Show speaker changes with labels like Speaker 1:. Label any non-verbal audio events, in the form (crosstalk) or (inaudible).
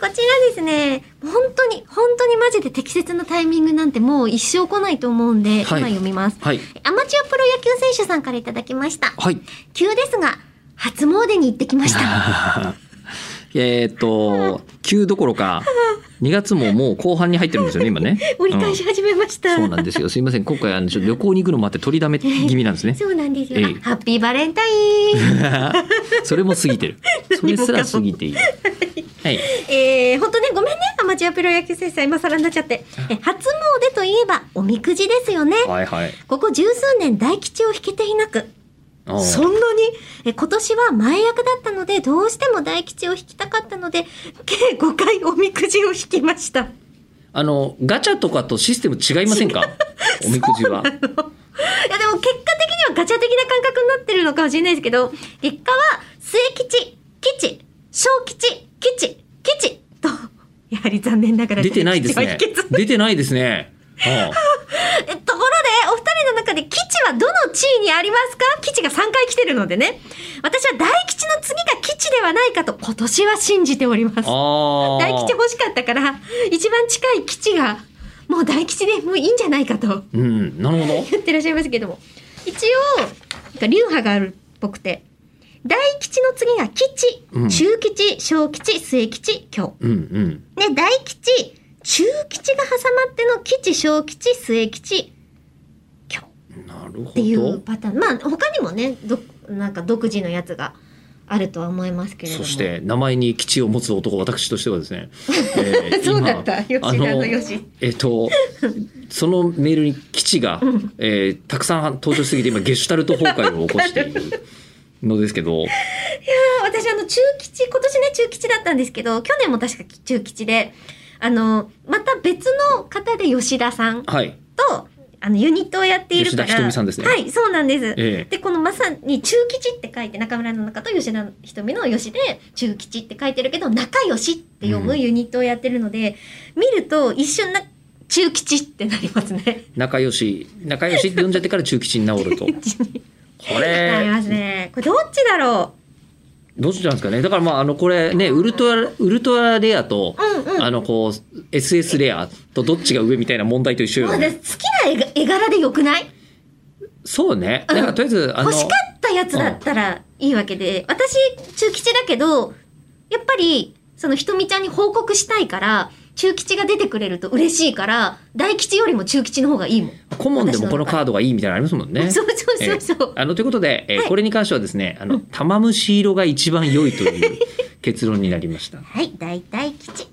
Speaker 1: こちらですね、本当に、本当にマジで適切なタイミングなんてもう一生来ないと思うんで、
Speaker 2: はい
Speaker 1: 今読みます。
Speaker 2: はい。
Speaker 1: アマチュアプロ野球選手さんからいただきました。
Speaker 2: はい。
Speaker 1: 急ですが、初詣に行ってきました。
Speaker 2: えーっと、急どころか、2月ももう後半に入ってるんですよね、今ね。
Speaker 1: 折り返し始めました。
Speaker 2: うんそうなんですよ。すいません。今回、あの、ちょっと旅行に行くのもあって取りだめ気味なんですね。
Speaker 1: (laughs) そうなんですよ。
Speaker 2: ええ
Speaker 1: あハッピーバレンタイン。
Speaker 2: (laughs) それも過ぎてる。それすら過ぎている。はい。
Speaker 1: えー、本当ね、ごめんね、アマチュアプロ野球選手さん、今更になっちゃって。え初詣といえば、おみくじですよね。
Speaker 2: はいはい。
Speaker 1: ここ十数年、大吉を引けていなく。
Speaker 2: あー
Speaker 1: そんなにえ今年は前役だったので、どうしても大吉を引きたかったので、計5回おみくじを引きました。
Speaker 2: あの、ガチャとかとシステム違いませんかおみくじは。
Speaker 1: いやでも結果的にはガチャ的な感覚になってるのかもしれないですけど、結果は末吉、吉、小吉、吉、吉と、 (laughs) やはり残念ながら
Speaker 2: 出てないですね
Speaker 1: 大吉は引けず。
Speaker 2: 出てないで
Speaker 1: (laughs)
Speaker 2: すね。あ
Speaker 1: えところで、お二人の中で基地はどの地位にありますか基地が3回来てるのでね。私は大吉の次が基地ではないかと今年は信じております。
Speaker 2: あ。
Speaker 1: 大吉欲しかったから、一番近い基地が、もう大吉でもういいんじゃないかと (laughs)
Speaker 2: うん、なるほど。
Speaker 1: 言ってらっしゃいますけども。一応、なんか流派があるっぽくて。大吉の次が基地
Speaker 2: うん、
Speaker 1: 中吉、小吉、末吉、今
Speaker 2: うんうん。
Speaker 1: 日。で、大吉、中吉が挟まっての吉、小吉、末吉、今日。
Speaker 2: なるほ
Speaker 1: っていう
Speaker 2: ど。
Speaker 1: パターンまあ他にもねどなんか独自のやつがあるとは思いますけれども
Speaker 2: そして名前に基地を持つ男私として
Speaker 1: (laughs)
Speaker 2: はですね、えー
Speaker 1: そうだった吉
Speaker 2: 今
Speaker 1: 田の吉
Speaker 2: えっとそのメールに基地が、
Speaker 1: ん
Speaker 2: えーたくさん登場しすぎて今ゲシュタルト崩壊を起こしているのです
Speaker 1: (laughs)
Speaker 2: けど
Speaker 1: あ私あの中吉今年ね中吉だったんですけど去年も確か中吉であのまた別の方で吉田さん
Speaker 2: はい、
Speaker 1: とあのユニットをやっているから
Speaker 2: 吉田ひとみさんですね
Speaker 1: はいそうなんです、
Speaker 2: え
Speaker 1: でこのまさに中吉って書いて中村の中と吉田ひとみの吉で中吉って書いてるけど仲良しって読むユニットをやってるので、見ると一瞬な中吉ってなります
Speaker 2: (laughs)
Speaker 1: ね。
Speaker 2: ー仲良し仲良しって呼んじゃってから中吉に治
Speaker 1: (laughs)
Speaker 2: るとこ
Speaker 1: なり
Speaker 2: れ
Speaker 1: ますね。これどっちだろ
Speaker 2: どうしたんですかねだからまああのこれねウルトラウルトラレアと
Speaker 1: う。うんうん。
Speaker 2: あのこう SS レアとどっちが上みたいな問題と一緒
Speaker 1: ま
Speaker 2: よ
Speaker 1: あ、で
Speaker 2: ね
Speaker 1: 好きな絵が絵柄でよくない？
Speaker 2: そうねだからとりあえずあの
Speaker 1: 欲しかったやつだったらいいわけで、私中吉だけどやっぱりそのひとみちゃんに報告したいから中吉が出てくれると嬉しいから大吉よりも中吉の方がいいもん。
Speaker 2: 顧問でもこのカードがいいみたいなのありますもんね
Speaker 1: (laughs) そうそうそうそう。
Speaker 2: えーあのということで、えー
Speaker 1: はい
Speaker 2: これに関してはですねあの玉虫色が一番良いという結論になりました。
Speaker 1: はい大大吉。